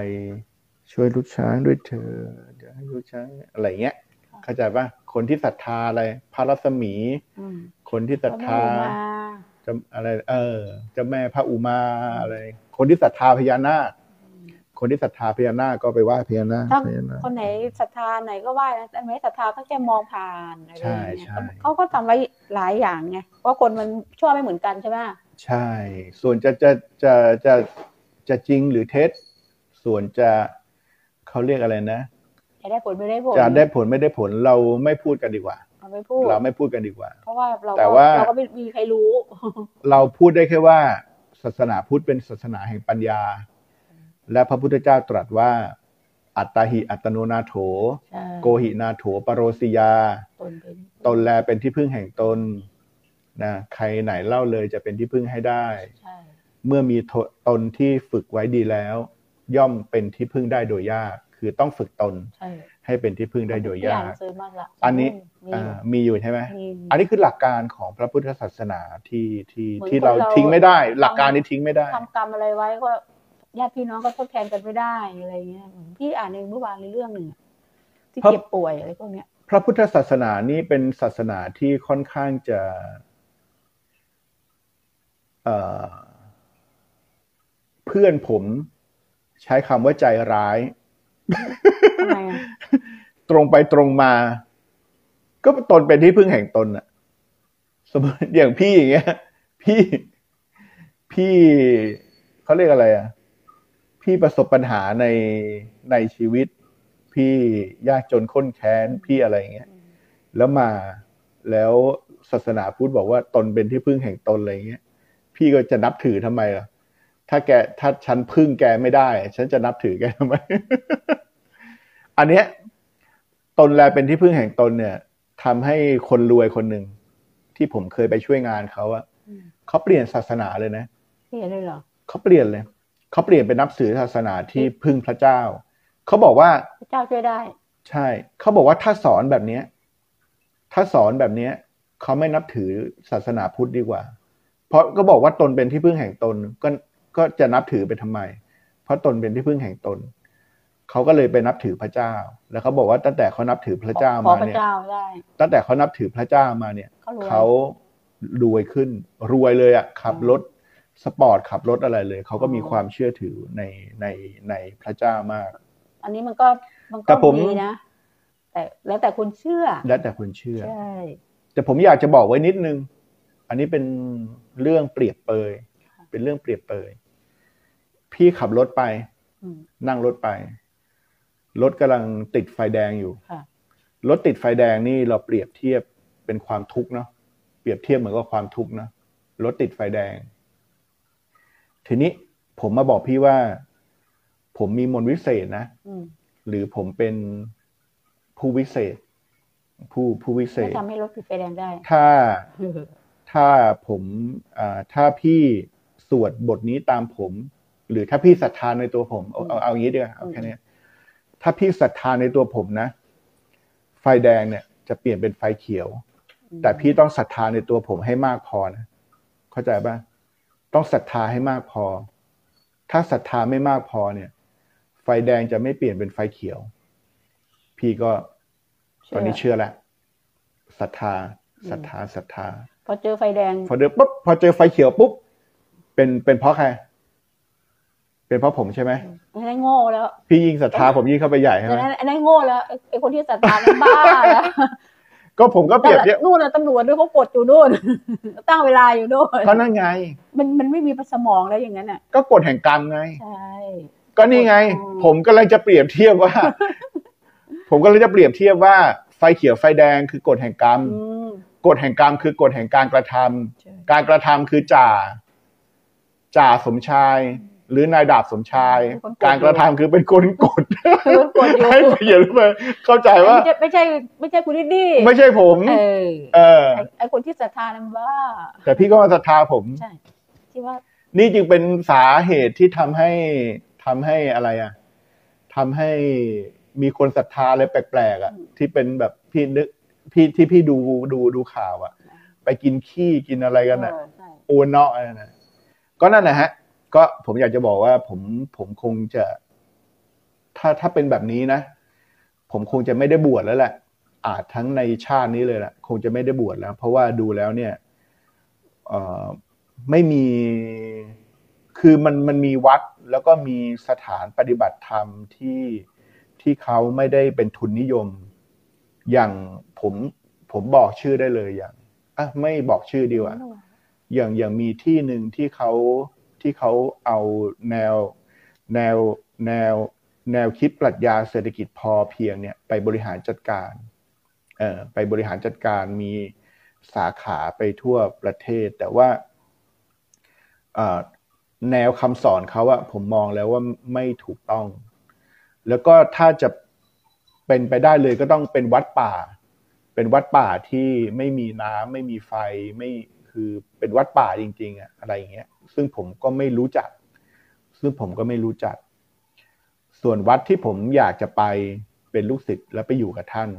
Speaker 1: ช่วยลูกช้างด้วยเถอะเดี๋ยวให้ลูกช้างอะไรเงี้ย เข้าใจปะคนที่ศรัทธาอะไรพระรัศมี
Speaker 2: อืม
Speaker 1: คนที่ศรัทธา
Speaker 2: ก็ไม่ได้มา
Speaker 1: เจะอะไร เออเจะแม่พระอุมาอะไร คนที่ศรัทธาพญานาค
Speaker 2: อืม
Speaker 1: คนที่ศรัทธาพญานาคก็ไปไหว้พญานาค
Speaker 2: ถ้า
Speaker 1: พญานาค
Speaker 2: คนไหนศรัทธาไหนก็ไหว้นะแต่ไม่ศรัทธาก็แค่มองผ่านอะไรอย่างเงี้ย
Speaker 1: ใช่ใช่
Speaker 2: เขาก็ทำไว้หลายอย่างไงเพราะคนมันชั่วไม่เหมือนกันใช่ไหม
Speaker 1: ใช่ ส่วนจะจะจะจะจะจริงหรือเท็จ ส่วนจะเขาเรียกอะไรนะ
Speaker 2: จะได้ผลไม่ได้ผล
Speaker 1: จะได้ผลไม่ได้ผลเราไม่พูดกันดีกว่า
Speaker 2: เราไม่พูด
Speaker 1: เราไม่พูดกันดีกว่า
Speaker 2: เพราะว่าเรา
Speaker 1: แต่
Speaker 2: ก็
Speaker 1: ว่า
Speaker 2: เราก็ไม่มีใครรู้
Speaker 1: เราพูดได้แค่ว่า ศาสนาพุทธเป็นศาสนาแห่งปัญญา และพระพุทธเจ้าตรัสว่า อัตตาหิอัตโนนาโถ
Speaker 2: ใช่
Speaker 1: โกหินาโถปโรสิยา
Speaker 2: ตนเป็น
Speaker 1: ตนแลเป็นที่พึ่งแห่งตนนะใครไหนเล่าเลยจะเป็นที่พึ่งให้ได้
Speaker 2: ใช่
Speaker 1: เมื่อมีตตนที่ฝึกไว้ดีแล้ว ย่อมเป็นที่พึ่งได้โดยยาก คือต้องฝึกตน
Speaker 2: ใช่
Speaker 1: ให้เป็นที่พึ่งได้โดย
Speaker 2: ที่อ่
Speaker 1: ยานก
Speaker 2: หนังสือมากละ
Speaker 1: อันนี้
Speaker 2: มี
Speaker 1: อ่ามีอยู่ใช่ไหม
Speaker 2: มี
Speaker 1: อันนี้คือหลักการของพระพุทธศาสนาที่ที่
Speaker 2: หมือน
Speaker 1: ที่เรา
Speaker 2: คน
Speaker 1: ทิ้งไม่ได้ หลักการนี้ทิ้งไม่ได้
Speaker 2: ทำกรรมอะไรไว้ก็ญาติพี่น้องก็ทดแทนกันไม่ได้อะไรเงี้ยพี่อ่านในเมื่อวานในเรื่องหนึ่งอะที่
Speaker 1: ครับ
Speaker 2: เจ็บป่วยอะไรพวกเนี้ย
Speaker 1: พระพุทธศาสนานี่เป็นศาสนาที่ค่อนข้างจะเอ่อเพื่อนผมใช้คำว่าใจร้าย
Speaker 2: ทำไมอะ
Speaker 1: ตรงไปตรงมา ก็ตนเป็นที่พึ่งแห่งตนอะสมมติอย่างพี่อย่างเงี้ย พี่ พี่เขาเรียกอะไรอะพี่ประสบปัญหาในในชีวิต พี่ยากจนข้นแค้นพี่อะไรอย่างเงี้ย แล้วมาแล้วศาสนาพุทธบอกว่าตนเป็นที่พึ่งแห่งตนอะไรอย่างเงี้ย พี่ก็จะนับถือทำไมล่ะ ถ้าแกถ้าฉันพึ่งแกไม่ได้ ฉันจะนับถือแกทำไม อันเนี้ย ตนแลเป็นที่พึ่งแห่งตนเนี่ยทำให้คนรวยคนหนึ่งที่ผมเคยไปช่วยงานเขาอะเขาเปลี่ยนศาสนาเลยนะ
Speaker 2: พี่เห็นเลยเหรอ
Speaker 1: เขาเปลี่ยนเลย เขาเปลี่ยนเป็นนับถือศาสนาที่พึ่งพระเจ้า เขาบอกว่า
Speaker 2: พระเจ้าช่วยได้
Speaker 1: ใช่ เขาบอกว่าถ้าสอนแบบเนี้ย ถ้าสอนแบบเนี้ย เขาไม่นับถือศาสนาพุทธดีกว่า เพราะก็บอกว่าตนเป็นที่พึ่งแห่งตน ก็ก็จะนับถือไปทำไม เพราะตนเป็นที่พึ่งแห่งตน เขาก็เลยไปนับถือพระเจ้า แล้วเขาบอกว่าตั้งแต่เขานับถือพระเจ้า
Speaker 2: ขอ
Speaker 1: มา
Speaker 2: พระ
Speaker 1: เนี่ย
Speaker 2: เจ้าได้
Speaker 1: ตั้งแต่เขานับถือพระเจ้ามาเนี่ย
Speaker 2: เขารวย
Speaker 1: เขารวยขึ้น รวยเลยอะขับรถสปอร์ตขับรถอะไรเลย เขาก็มี
Speaker 2: อ๋อ
Speaker 1: ความเชื่อถือในในในพระเจ้ามาก
Speaker 2: อันนี้มันก็มัน
Speaker 1: แต่
Speaker 2: ก็
Speaker 1: ผม
Speaker 2: ดีนะ แต่แล้วแต่คุณเชื่อ
Speaker 1: แล้วแต่คนเชื่อ
Speaker 2: ใช่
Speaker 1: แต่ผมอยากจะบอกไว้นิดนึง อันนี้เป็นเรื่องเปรียบเปย เป็นเรื่องเปรียบเปย พี่ขับรถไป
Speaker 2: อืม
Speaker 1: นั่งรถไป รถกำลังติดไฟแดงอยู่
Speaker 2: ค่ะ
Speaker 1: รถติดไฟแดงนี่เราเปรียบเทียบเป็นความทุกข์เนาะ เปรียบเทียบเหมือนกับความทุกข์นะ รถติดไฟแดง ทีนี้ผมมาบอกพี่ว่า ผมมีมนต์วิเศษนะ
Speaker 2: อืม
Speaker 1: หรือผมเป็นผู้วิเศษ ผู้ผู้วิเศ
Speaker 2: ไม่
Speaker 1: ษ
Speaker 2: ทำให้รถติดไฟแดงได้
Speaker 1: ถ้า ถ้าผมอ่าถ้าพี่สวดบทนี้ตามผม หรือถ้าพี่ศรัทธาในตัวผมเอาเอาเอาอย่างนี้ดีกว่าเอาแค่เนี้ยถ้าพี่ศรัทธาในตัวผมนะ ไฟแดงเนี่ย จะเปลี่ยนเป็นไฟเขียว
Speaker 2: อืม
Speaker 1: แต่พี่ต้องศรัทธาในตัวผมให้มากพอนะเข้าใจป่ะต้องศรัทธาให้มากพอ ถ้าศรัทธาไม่มากพอเนี่ย ไฟแดงจะไม่เปลี่ยนเป็นไฟเขียว พี่ก็ตอนนี้
Speaker 2: เชื่อ
Speaker 1: เชื่อแล้วศรัทธาศรัทธาศรัทธา
Speaker 2: พอเจอไฟแดง
Speaker 1: พอเดินปุ๊บพอเจอไฟเขียวปุ๊บเป็นเป็นเพราะใคร เป็นเพราะผมใช่ไหม
Speaker 2: อันนั้นโง่แล้ว
Speaker 1: พี่ยิ่งศรัทธาผมยิ่งเข้าไปใหญ่ใช่
Speaker 2: อัน
Speaker 1: ไหม
Speaker 2: นั้นอันนั้นโง่แล้วไอ้ไอ้คนที่ศรัทธานั้นบ้าแล้ว
Speaker 1: ก็ผมก็เปรียบเทียบ
Speaker 2: นู่นน่ะตำรวจด้วยเขากดอยู่นู่น ตั้งเวลาอยู่นู่น
Speaker 1: ก็นั่นไง
Speaker 2: มันมันไม่มีสมองแล้วอย่างนั้นอ่ะ
Speaker 1: ก็กฎแห่งกรรมไง
Speaker 2: ใช่
Speaker 1: ก็นี่ไง
Speaker 2: อืม
Speaker 1: ผมก็เลยจะเปรียบเทียบว่า ผมก็เลยจะเปรียบเทียบว่าไฟเขียวไฟแดงคือกฎแห่งกรรม
Speaker 2: อืม
Speaker 1: กฎแห่งกรรมคือกฎแห่งการกระทำ
Speaker 2: ใช่
Speaker 1: การกระทำคือจ่า จ่าสมชาย หรือนายดาบสมชาย การกระทำคือเป็นคนกด
Speaker 2: คือมันกดอยู่
Speaker 1: ให้ไฟเขียวหรือไฟเข้าใจว่า
Speaker 2: ไม่ใช่ไม่ใช่ไม่ใช่คุณดิดดี้
Speaker 1: ไม่ใช่ผม
Speaker 2: เออ
Speaker 1: เออ
Speaker 2: ไอ้ไอ้คนที่ศรัทธานั้นบ้า
Speaker 1: แต่พี่ก็มาศรัทธาผม
Speaker 2: ใช่ ที่ว่า
Speaker 1: นี่จึงเป็นสาเหตุที่ทำให้ทำให้อะไรอ่ะทำให้มีคนศรัทธาอะไรแปลกๆอ่ะ ที่เป็นแบบพี่นึกพี่ที่พี่ดูดูดูข่าวอ่ะ ไปกินขี้กินอะไรกันอ่ะ
Speaker 2: เออใช่
Speaker 1: โอนเนาะอะไรนะก็นั่นแหละฮะ ก็ผมอยากจะบอกว่าผมผมคงจะ ถ้าถ้าเป็นแบบนี้นะ ผมคงจะไม่ได้บวชแล้วแหละ อาจทั้งในชาตินี้เลยแหละคงจะไม่ได้บวชแล้ว เพราะว่าดูแล้วเนี่ยเอ่อไม่มีคือมันมันมีวัด แล้วก็มีสถานปฏิบัติธรรมที่ที่เขาไม่ได้เป็นทุนนิยม อย่างผมผมบอกชื่อได้เลยอย่างอ่ะไม่บอกชื่อดีกว่า อย่างอย่างมีที่หนึ่งที่เขาที่เขาเอาแนวแนวแนวแนวคิดปรัชญาเศรษฐกิจพอเพียงเนี่ยไปบริหารจัดการเอ่อไปบริหารจัดการมีสาขาไปทั่วประเทศ แต่ว่าเอ่อแนวคำสอนเขาอะผมมองแล้วว่าไม่ถูกต้อง แล้วก็ถ้าจะเป็นไปได้เลยก็ต้องเป็นวัดป่า เป็นวัดป่าที่ไม่มีน้ำไม่มีไฟไม่คือเป็นวัดป่าจริง ๆอะอะไรอย่างเงี้ย ซึ่งผมก็ไม่รู้จัก ซึ่งผมก็ไม่รู้จัก ส่วนวัดที่ผมอยากจะไปเป็นลูกศิษย์แล้วไปอยู่กับท่าน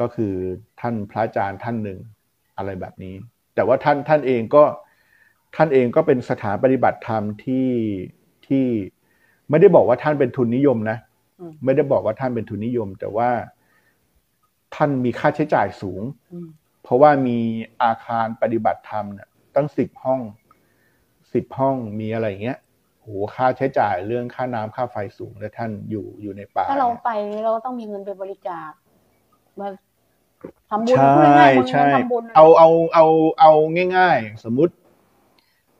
Speaker 1: ก็คือท่านพระอาจารย์ท่านหนึ่งอะไรแบบนี้ แต่ว่าท่านท่านเองก็ท่านเองก็เป็นสถานปฏิบัติธรรมที่ที่ไม่ได้บอกว่าท่านเป็นทุนนิยมนะ ไม่ได้บอกว่าท่านเป็นทุนนิยม แต่ว่าท่านมีค่าใช้จ่ายสูง
Speaker 2: อืม
Speaker 1: เพราะว่ามีอาคารปฏิบัติธรรมเนี่ยตั้งสิบห้องสิบห้องมีอะไรอย่างเงี้ยโห หค่าใช้จ่ายเรื่องค่าน้ำค่าไฟสูง และท่านอยู่อยู่ในป่า
Speaker 2: ถ้าเรา
Speaker 1: เนี่ย
Speaker 2: ไปเราก็ต้องมีเงินไปบริจาคมาทำบุญ
Speaker 1: ใช่
Speaker 2: พูดง่ายๆมึง
Speaker 1: ใช่
Speaker 2: ต้องทำบุญนะ
Speaker 1: เอาเอาเอาเอาง่ายๆ สมมุติ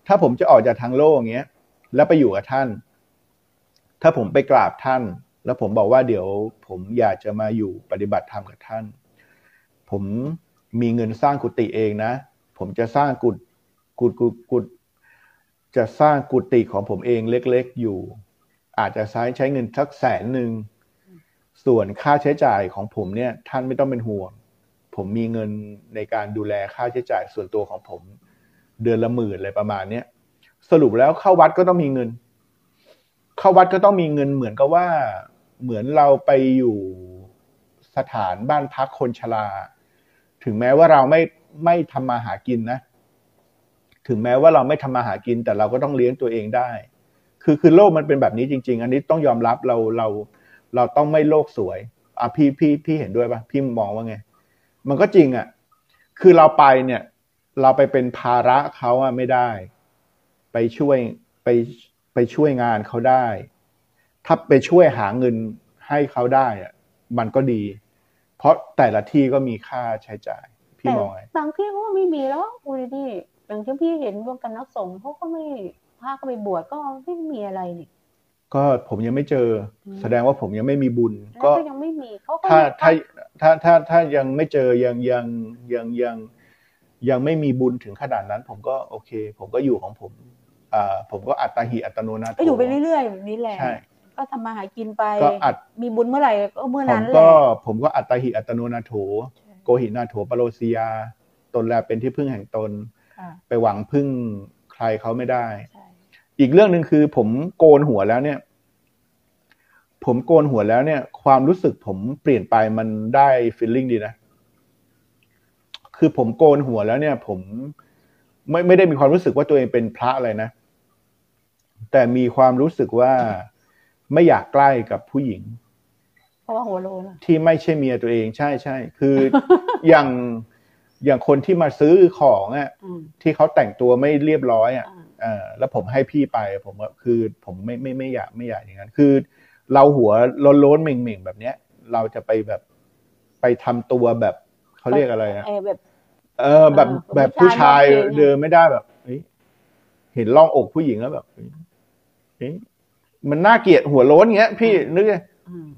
Speaker 1: ถ้าผมจะออกจากทางโลกอย่างเงี้ย แล้วไปอยู่กับท่าน ถ้าผมไปกราบท่าน แล้วผมบอกว่าเดี๋ยวผมอยากจะมาอยู่ปฏิบัติธรรมกับท่าน ผมมีเงินสร้างกุฏิเองนะ ผมจะสร้างกุฏกุฏกุฏกุฏจะสร้างกุฏิของผมเองเล็กๆอยู่ อาจจะใช้ใช้เงินสักแสนหนึ่ง ส่วนค่าใช้จ่ายของผมเนี่ย ท่านไม่ต้องเป็นห่วง ผมมีเงินในการดูแลค่าใช้จ่ายส่วนตัวของผม เดือนละหมื่นอะไรประมาณเนี้ยสรุปแล้วเข้าวัดก็ต้องมีเงิน เข้าวัดก็ต้องมีเงินเหมือนกับว่า เหมือนเราไปอยู่สถานบ้านพักคนชรา ถึงแม้ว่าเราไม่ไม่ทำมาหากินนะ ถึงแม้ว่าเราไม่ทำมาหากิน แต่เราก็ต้องเลี้ยงตัวเองได้ คือคือโลกมันเป็นแบบนี้จริง ๆ อันนี้ต้องยอมรับเราเรา เราต้องไม่โลกสวยอ่ะพี่พี่พี่เห็นด้วยปะพี่มองว่าไง มันก็จริงอ่ะ คือเราไปเนี่ย เราไปเป็นภาระเขาอ่ะไม่ได้ ไปช่วยไปไปช่วยงานเขาได้ ถ้าไปช่วยหาเงินให้เขาได้อ่ะมันก็ดี เพราะแต่ละที่ก็มีค่าใช้จ่าย พี่
Speaker 2: แต่
Speaker 1: มองไง
Speaker 2: บางที่เขาก็ไม่มีแล้วคุณนี่อย่างที่พี่เห็นพวกกันนักสงฆ์เขาก็ไม่พาก็ไปบวชก็ไม่มีอะไรนี่
Speaker 1: ก็ผมยังไม่เจออ
Speaker 2: ม
Speaker 1: แสดงว่าผมยังไม่มีบุญ
Speaker 2: แล้ว
Speaker 1: ก็
Speaker 2: ก็ยังไม่มีเขาก็
Speaker 1: ถ้า
Speaker 2: ยัง
Speaker 1: ถ้าถ้าถ้าถ้ายังไม่เจอยังยังยังยังยังไม่มีบุญถึงขนาดนั้น ผมก็โอเค ผมก็อยู่ของผมอ่าผมก็อัตตาหิอัตโนนาโถ
Speaker 2: ก็อยู่ไปเรื่อยๆแบบนี้แหละ
Speaker 1: ใช่
Speaker 2: ก็ทำมาหากินไป
Speaker 1: ก็อัด
Speaker 2: มีบุญเมื่อไหร่ก็เมื่อ
Speaker 1: ผม
Speaker 2: นั้นแหละ
Speaker 1: ก็ผมก็อัตตาหิอัตโนนาโถ โกหินาโถปโรสียา ตนแลเป็นที่พึ่งแห่งตน
Speaker 2: ค่ะ
Speaker 1: ไปหวังพึ่งใครเขาไม่ได้
Speaker 2: ใช่
Speaker 1: อีกเรื่องหนึ่งคือผมโกนหัวแล้วเนี่ย ผมโกนหัวแล้วเนี่ย ความรู้สึกผมเปลี่ยนไปมันได้ฟีลลิ่งดีนะ คือผมโกนหัวแล้วเนี่ย ผมไม่ไม่ได้มีความรู้สึกว่าตัวเองเป็นพระอะไรนะ แต่มีความรู้สึกว่าไม่อยากใกล้กับผู้หญิง
Speaker 2: เพราะว่าหัวโลนอะ
Speaker 1: ที่ไม่ใช่เมียตัวเองใช่ใช่คือ อย่างอย่างคนที่มาซื้อของอะ
Speaker 2: อืม
Speaker 1: ที่เขาแต่งตัวไม่เรียบร้อยอะ
Speaker 2: อ่า
Speaker 1: เออแล้วผมให้พี่ไปผมก็คือผมไม่ไม่ไม่อยากไม่อยากอย่างนั้น คือ เราหัวล้นล้นๆเหม่งเหม่งๆแบบเนี้ย เราจะไปแบบไปทำตัวแบบเขาเรียกอะไรนะ
Speaker 2: เออแบบ
Speaker 1: เออแบบ
Speaker 2: เออ
Speaker 1: แบบ
Speaker 2: ผู้
Speaker 1: ผู้ชา
Speaker 2: ชาย
Speaker 1: ย
Speaker 2: ไม่เป็น
Speaker 1: เดินไม่ได้แบบเอ้ยเห็นร่องอกผู้หญิงแล้วแบบเอ้ยเอ้ยมันน่าเกลียดหัวโล้นเงี้ย พี่นึกไง
Speaker 2: อืม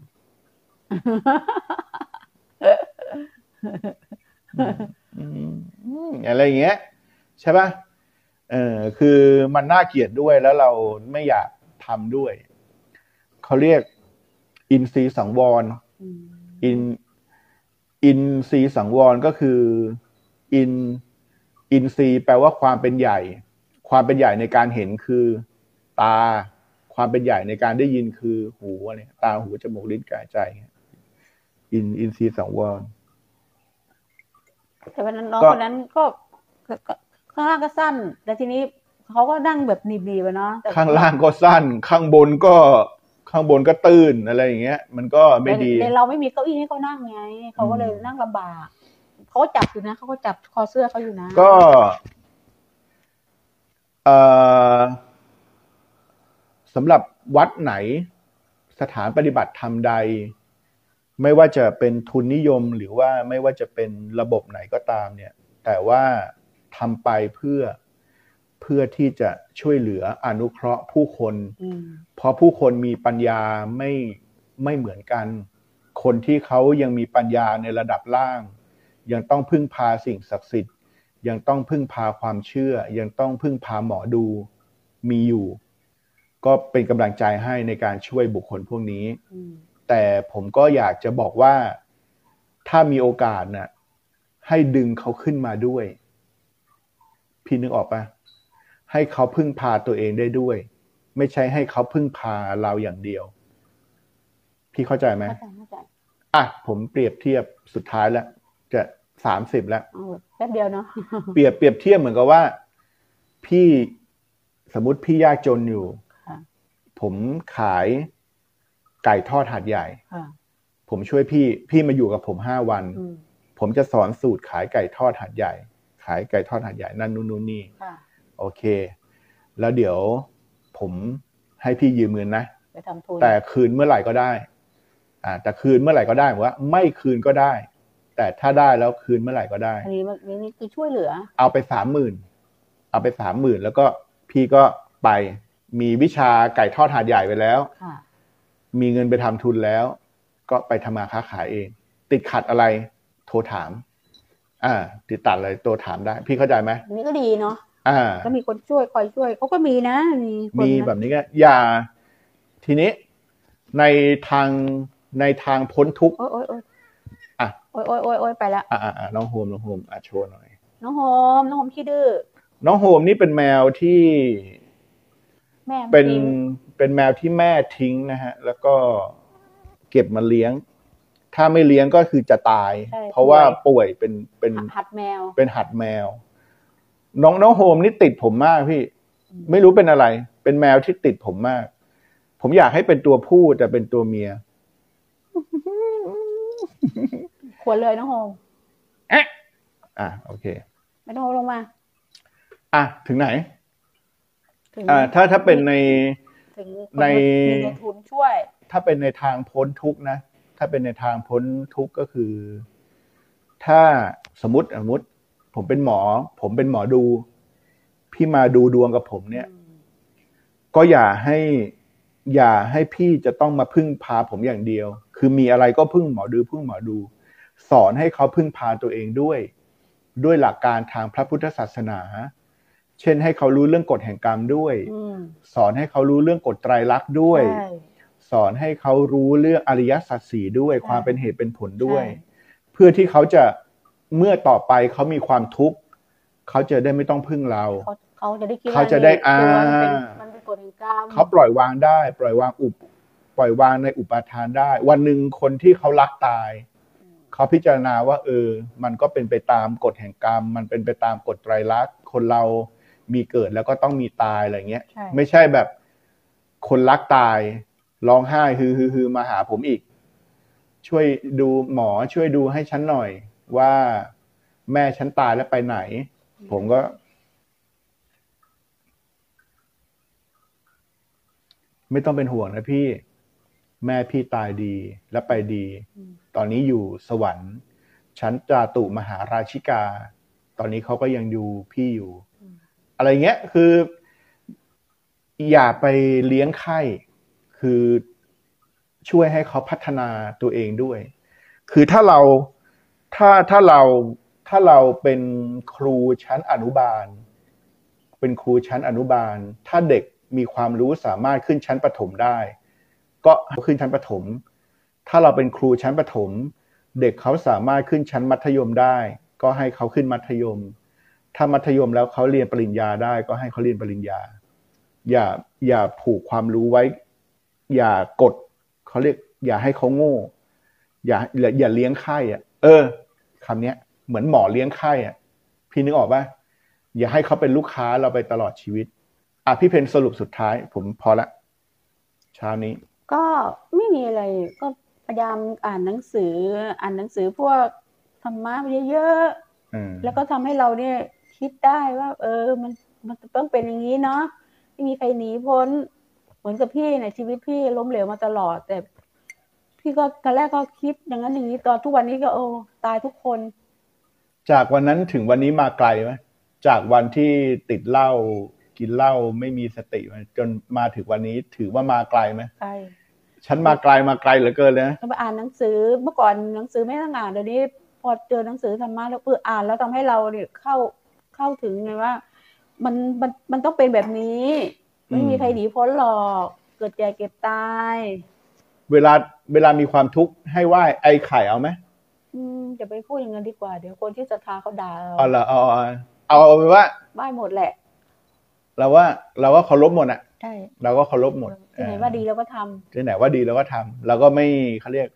Speaker 1: อืมอืมอะไรอย่างเงี้ยใช่ป่ะเออคือมันน่าเกลียดด้วยแล้วเราไม่อยากทำด้วยเขาเรียก อินทรีย์สังวร
Speaker 2: อืม
Speaker 1: อินอินทรีย์สังวรก็คืออินอินทรีย์แปลว่าความเป็นใหญ่ ความเป็นใหญ่ในการเห็นคือตา ความเป็นใหญ่ในการได้ยินคือหูอะไรตาหูจมูกลิ้นกายใจ อินอินทรีย์สังวร
Speaker 2: แต่วันนั้นน้อง
Speaker 1: ก็
Speaker 2: คนนั้นก็ก็ก็ข้างล่างก็สั้น แต่ทีนี้เขาก็นั่งแบบหนีบๆไปเนาะแต่
Speaker 1: ข้างล่างก็สั้น ข้างบนก็ข้างบนก็ตื้นอะไรอย่างเงี้ย มันก็ไม่ดี
Speaker 2: ในเราไม่มีเก้าอี้ให้เขานั่งไงเขาก็เลยนั่งลำบากเขาก็จับอยู่นะเขาก็จับคอเสื้อเขาอยู่นะ
Speaker 1: ก็เอ่อสำหรับวัดไหน สถานปฏิบัติธรรมใด ไม่ว่าจะเป็นทุนนิยมหรือว่าไม่ว่าจะเป็นระบบไหนก็ตาม เนี่ย แต่ว่าทำไปเพื่อเพื่อที่จะช่วยเหลืออนุเคราะห์ผู้คน
Speaker 2: อืม
Speaker 1: เพราะผู้คนมีปัญญาไม่ไม่เหมือนกัน คนที่เขายังมีปัญญาในระดับล่าง ยังต้องพึ่งพาสิ่งศักดิ์สิทธิ์ ยังต้องพึ่งพาความเชื่อ ยังต้องพึ่งพาหมอดูมีอยู่ ก็เป็นกำลังใจให้ในการช่วยบุคคลพวกนี้
Speaker 2: อืม
Speaker 1: แต่ผมก็อยากจะบอกว่าถ้ามีโอกาสน่ะให้ดึงเขาขึ้นมาด้วย พี่นึกออกปะให้เขาพึ่งพาตัวเองได้ด้วย ไม่ใช่ให้เขาพึ่งพาเราอย่างเดียว พี่เข้าใจไหม
Speaker 2: เข้าใจเข้าใจ
Speaker 1: อ่ะผมเปรียบเทียบสุดท้ายแล้วจะสามสิบแล้ว
Speaker 2: เอาแป๊บเดียวเนาะ
Speaker 1: เปรียบเปรียบเทียบเหมือนกับว่า พี่สมมติพี่ยากจนอยู่
Speaker 2: ค่ะ
Speaker 1: ผมขายไก่ทอดหาดใหญ่
Speaker 2: ค่ะ
Speaker 1: ผมช่วยพี่ พี่มาอยู่กับผมห้าวัน
Speaker 2: อืม
Speaker 1: ผมจะสอนสูตรขายไก่ทอดหัดใหญ่ ขายไก่ทอดหัดใหญ่นั่นนู่นนู่นนี่
Speaker 2: ค่ะ
Speaker 1: โอเค แล้วเดี๋ยวผม ให้พี่ยืมเงินนะ
Speaker 2: ไปทำทุน
Speaker 1: แต่คืนเมื่อไหร่ก็ได้ อ่า แต่คืนเมื่อไหร่ก็ได้ผมว่า ไม่คืนก็ได้ แต่ถ้าได้แล้วคืนเมื่อไหร่ก็ได้
Speaker 2: อันนี้มันอันนี่คือช่วยเหลือ
Speaker 1: เอาไปสามหมื่น เอาไปสามหมื่นแล้วก็พี่ก็ไป มีวิชาไก่ทอดหาดใหญ่ไปแล้ว
Speaker 2: ค่ะ
Speaker 1: มีเงินไปทำทุนแล้ว ก็ไปทำมาค้าขายเอง ติดขัดอะไร โทรถาม อ่า ติดตัดอะไรโทรถามได้ พี่เข้าใจไหม
Speaker 2: อันนี้ก็ดีเนาะ
Speaker 1: อ่า
Speaker 2: ก็มีคนช่วยคอยช่วยเขาก็มีนะมีคน
Speaker 1: มี
Speaker 2: นะ
Speaker 1: แบบนี้ก็อย่า ทีนี้ในทางในทางพ้นทุกข์
Speaker 2: โอ๊ยโอ๊ยโอ๊ย
Speaker 1: อ่ะ
Speaker 2: โอ๊ยโอ๊ยโอ๊ยโอ๊ยไปละ
Speaker 1: อ่าอ่าน้องโฮมน้องโฮมอ่ะโชว์หน่อย
Speaker 2: น้องโฮมน้องโฮมขี้ดื้อ
Speaker 1: น้องโฮมนี่เป็นแมวที่
Speaker 2: แม่ไม่
Speaker 1: เป็น
Speaker 2: ทิ้ง
Speaker 1: เป็นแมวที่แม่ทิ้งนะฮะ แล้วก็เก็บมาเลี้ยง ถ้าไม่เลี้ยงก็คือจะตาย เพราะว่าป่วยเป็นเป็น
Speaker 2: หัดแมว
Speaker 1: เป็นหัดแมว น้องน้องโฮมนี่ติดผมมากพี่ ไม่รู้เป็นอะไร เป็นแมวที่ติดผมมาก ผมอยากให้เป็นตัวผู้แต่เป็นตัวเมีย
Speaker 2: ควรเลยน้องโฮม
Speaker 1: อ่ะโอเค
Speaker 2: ไม่ต้องลงมา
Speaker 1: อ่ะถึงไหน
Speaker 2: ถึง
Speaker 1: อ่า ถ้าถ้าเป็นใน
Speaker 2: ถึงค
Speaker 1: ใน
Speaker 2: มีเงินทุนช่วย
Speaker 1: ถ้าเป็นในทางพ้นทุกข์นะ ถ้าเป็นในทางพ้นทุกข์ก็คือ ถ้าสมมติสมมติ ผมเป็นหมอ ผมเป็นหมอดู พี่มาดูดวงกับผมเนี่ย ก็อย่าให้อย่าให้พี่จะต้องมาพึ่งพาผมอย่างเดียว คือมีอะไรก็พึ่งหมอดูพึ่งหมอดู สอนให้เขาพึ่งพาตัวเองด้วย ด้วยหลักการทางพระพุทธศาสนา เช่นให้เขารู้เรื่องกฎแห่งกรรมด้วย
Speaker 2: อืม
Speaker 1: สอนให้เขารู้เรื่องกฎไตรลักษณ์ด้วย
Speaker 2: ใช่
Speaker 1: สอนให้เขารู้เรื่องอริยสัจสี่ด้วย
Speaker 2: ใช่
Speaker 1: ความเป็นเหตุเป็นผลด้วย
Speaker 2: ใช่
Speaker 1: เพื่อที่เขาจะเมื่อต่อไปเขามีความทุกข์เขาจะได้ไม่ต้องพึ่งเรา
Speaker 2: เขาเขาจะได้คิดว่
Speaker 1: เขาจะได้
Speaker 2: นี่คือมันเป็น
Speaker 1: อ่า
Speaker 2: มันเป็นกฎแห่งกรรม
Speaker 1: เขาปล่อยวางได้ ปล่อยวางอุปปล่อยวางในอุปาทานได้ วันหนึ่งคนที่เขารักตาย เขาพิจารณาว่า เออ มันก็เป็นไปตามกฎแห่งกรรม มันเป็นไปตามกฎไตรลักษณ์คนเรามีเกิดแล้วก็ต้องมีตายอะไรเงี้ย
Speaker 2: ใช่
Speaker 1: ไม่ใช่แบบคนรักตายร้องไห้ฮือฮือฮือมาหาผมอีก ช่วยดูหมอช่วยดูให้ฉันหน่อย ว่าแม่ฉันตายแล้วไปไหน ผมก็ ไม่ต้องเป็นห่วงนะพี่ แม่พี่ตายดีและไปดี
Speaker 2: อืม
Speaker 1: ตอนนี้อยู่สวรรค์ชั้นจาตุมหาราชิกา ตอนนี้เขาก็ยังดูพี่อยู่ อะไรเงี้ยคือ อย่าไปเลี้ยงไข้คือช่วยให้เขาพัฒนาตัวเองด้วย คือถ้าเราถ้าถ้าเราถ้าเราเป็นครูชั้นอนุบาล เป็นครูชั้นอนุบาล ถ้าเด็กมีความรู้สามารถขึ้นชั้นประถมได้ ก็ขึ้นชั้นประถม ถ้าเราเป็นครูชั้นประถม เด็กเขาสามารถขึ้นชั้นมัธยมได้ ก็ให้เขาขึ้นมัธยม ถ้ามัธยมแล้วเขาเรียนปริญญาได้ ก็ให้เขาเรียนปริญญา อย่าอย่าผูกความรู้ไว้ อย่ากดเขาเรียก อย่าให้เขาโง่ อย่าอย่าอย่าเลี้ยงไข้อะเออคำเนี้ย เหมือนหมอเลี้ยงไข้อะพี่นึกออกปะอย่าให้เขาเป็นลูกค้าเราไปตลอดชีวิตอ่ะพี่เพนสรุปสุดท้าย ผมพอละเช้านี้
Speaker 2: ก็ไม่มีอะไรก็พยายามอ่านหนังสือ อ่านหนังสือพวกธรรมะเยอะ
Speaker 1: อืม
Speaker 2: ๆแล้วก็ทำให้เราเนี่ยคิดได้ว่า เออมันมันต้องเป็นอย่างนี้เนาะไม่มีใครหนีพ้น เหมือนกับพี่เนี่ยชีวิตพี่ล้มเหลวมาตลอด แต่ พี่ก็ตอนแรกก็คิดอย่างนั้นอย่างนี้ตอนทุกวันนี้ก็โอ้ตายทุกคน
Speaker 1: จากวันนั้นถึงวันนี้มาไกลไหมจากวันที่ติดเหล้ากินเหล้าไม่มีสติมาจนมาถึงวันนี้ถือว่ามาไกลไหม
Speaker 2: ไป
Speaker 1: ฉันมาไกลมาไกลเหลือเกินเลยนะ
Speaker 2: เราไปอ่านหนังสือเมื่อก่อนหนังสือไม่ต้องอ่านเดี๋ยวนี้พอเจอหนังสือธรรมะแล้วเอออ่านแล้วทำให้เราเนี่ยเข้าเข้าถึงไงว่า มันมันมันต้องเป็นแบบนี้ ไม่มีใครหนีพ้นหรอกเกิดแก่เก็บตาย
Speaker 1: เวลาเวลามีความทุกข์ให้ไหว้ไอ้ไข่เอาไหม
Speaker 2: อืมอย่าไปพูดอย่างนั้นดีกว่า เดี๋ยวคนที่ศรัทธาเขาด่าเรา
Speaker 1: เอาละเอาเอาเอาเอาไปนว่า
Speaker 2: ไหว้หมดแหละ
Speaker 1: เราว่าเราก็เคารพหมดอ่ะ
Speaker 2: ใช่
Speaker 1: เราก็เคารพหมด
Speaker 2: ที่ไหนว่าดีเราก็ทำ
Speaker 1: ที่ไหนว่าดีเราก็ทำเราก็ไม่เขาเรียก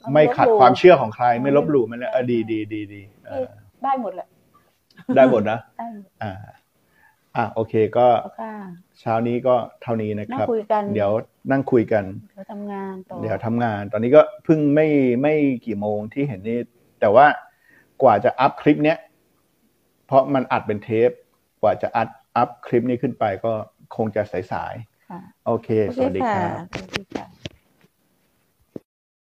Speaker 2: เราไม่
Speaker 1: ไม่
Speaker 2: ลบหลู่
Speaker 1: ขัดความเชื่อของใคร ไม่ลบหลู่มันเลย
Speaker 2: ใช่
Speaker 1: เออดีดีดีดีเออ
Speaker 2: ได้หมดแหละ
Speaker 1: ได้หมดนะ
Speaker 2: ได้หมด
Speaker 1: อ่า อ่ะโอเคก็
Speaker 2: แล้วค่ะ
Speaker 1: เช้านี้ก็เท่านี้นะค
Speaker 2: นั่ง
Speaker 1: รับ
Speaker 2: คุยกัน
Speaker 1: เดี๋ยวนั่งคุยกัน
Speaker 2: เดี๋ยวทำงานต่อ
Speaker 1: เดี๋ยวทำงาน ตอนนี้ก็เพิ่งไม่ไม่กี่โมงที่เห็นนี่ แต่ว่ากว่าจะอัพคลิปเนี้ย เพราะมันอัดเป็นเทป กว่าจะอัดอัพคลิปนี้ขึ้นไปก็คงจะสาย
Speaker 2: ค่ะ
Speaker 1: โอเค
Speaker 2: โอ
Speaker 1: ส
Speaker 2: เค
Speaker 1: วัสดีค
Speaker 2: ค่ะ
Speaker 1: รับ
Speaker 2: สวัสดีค่ะ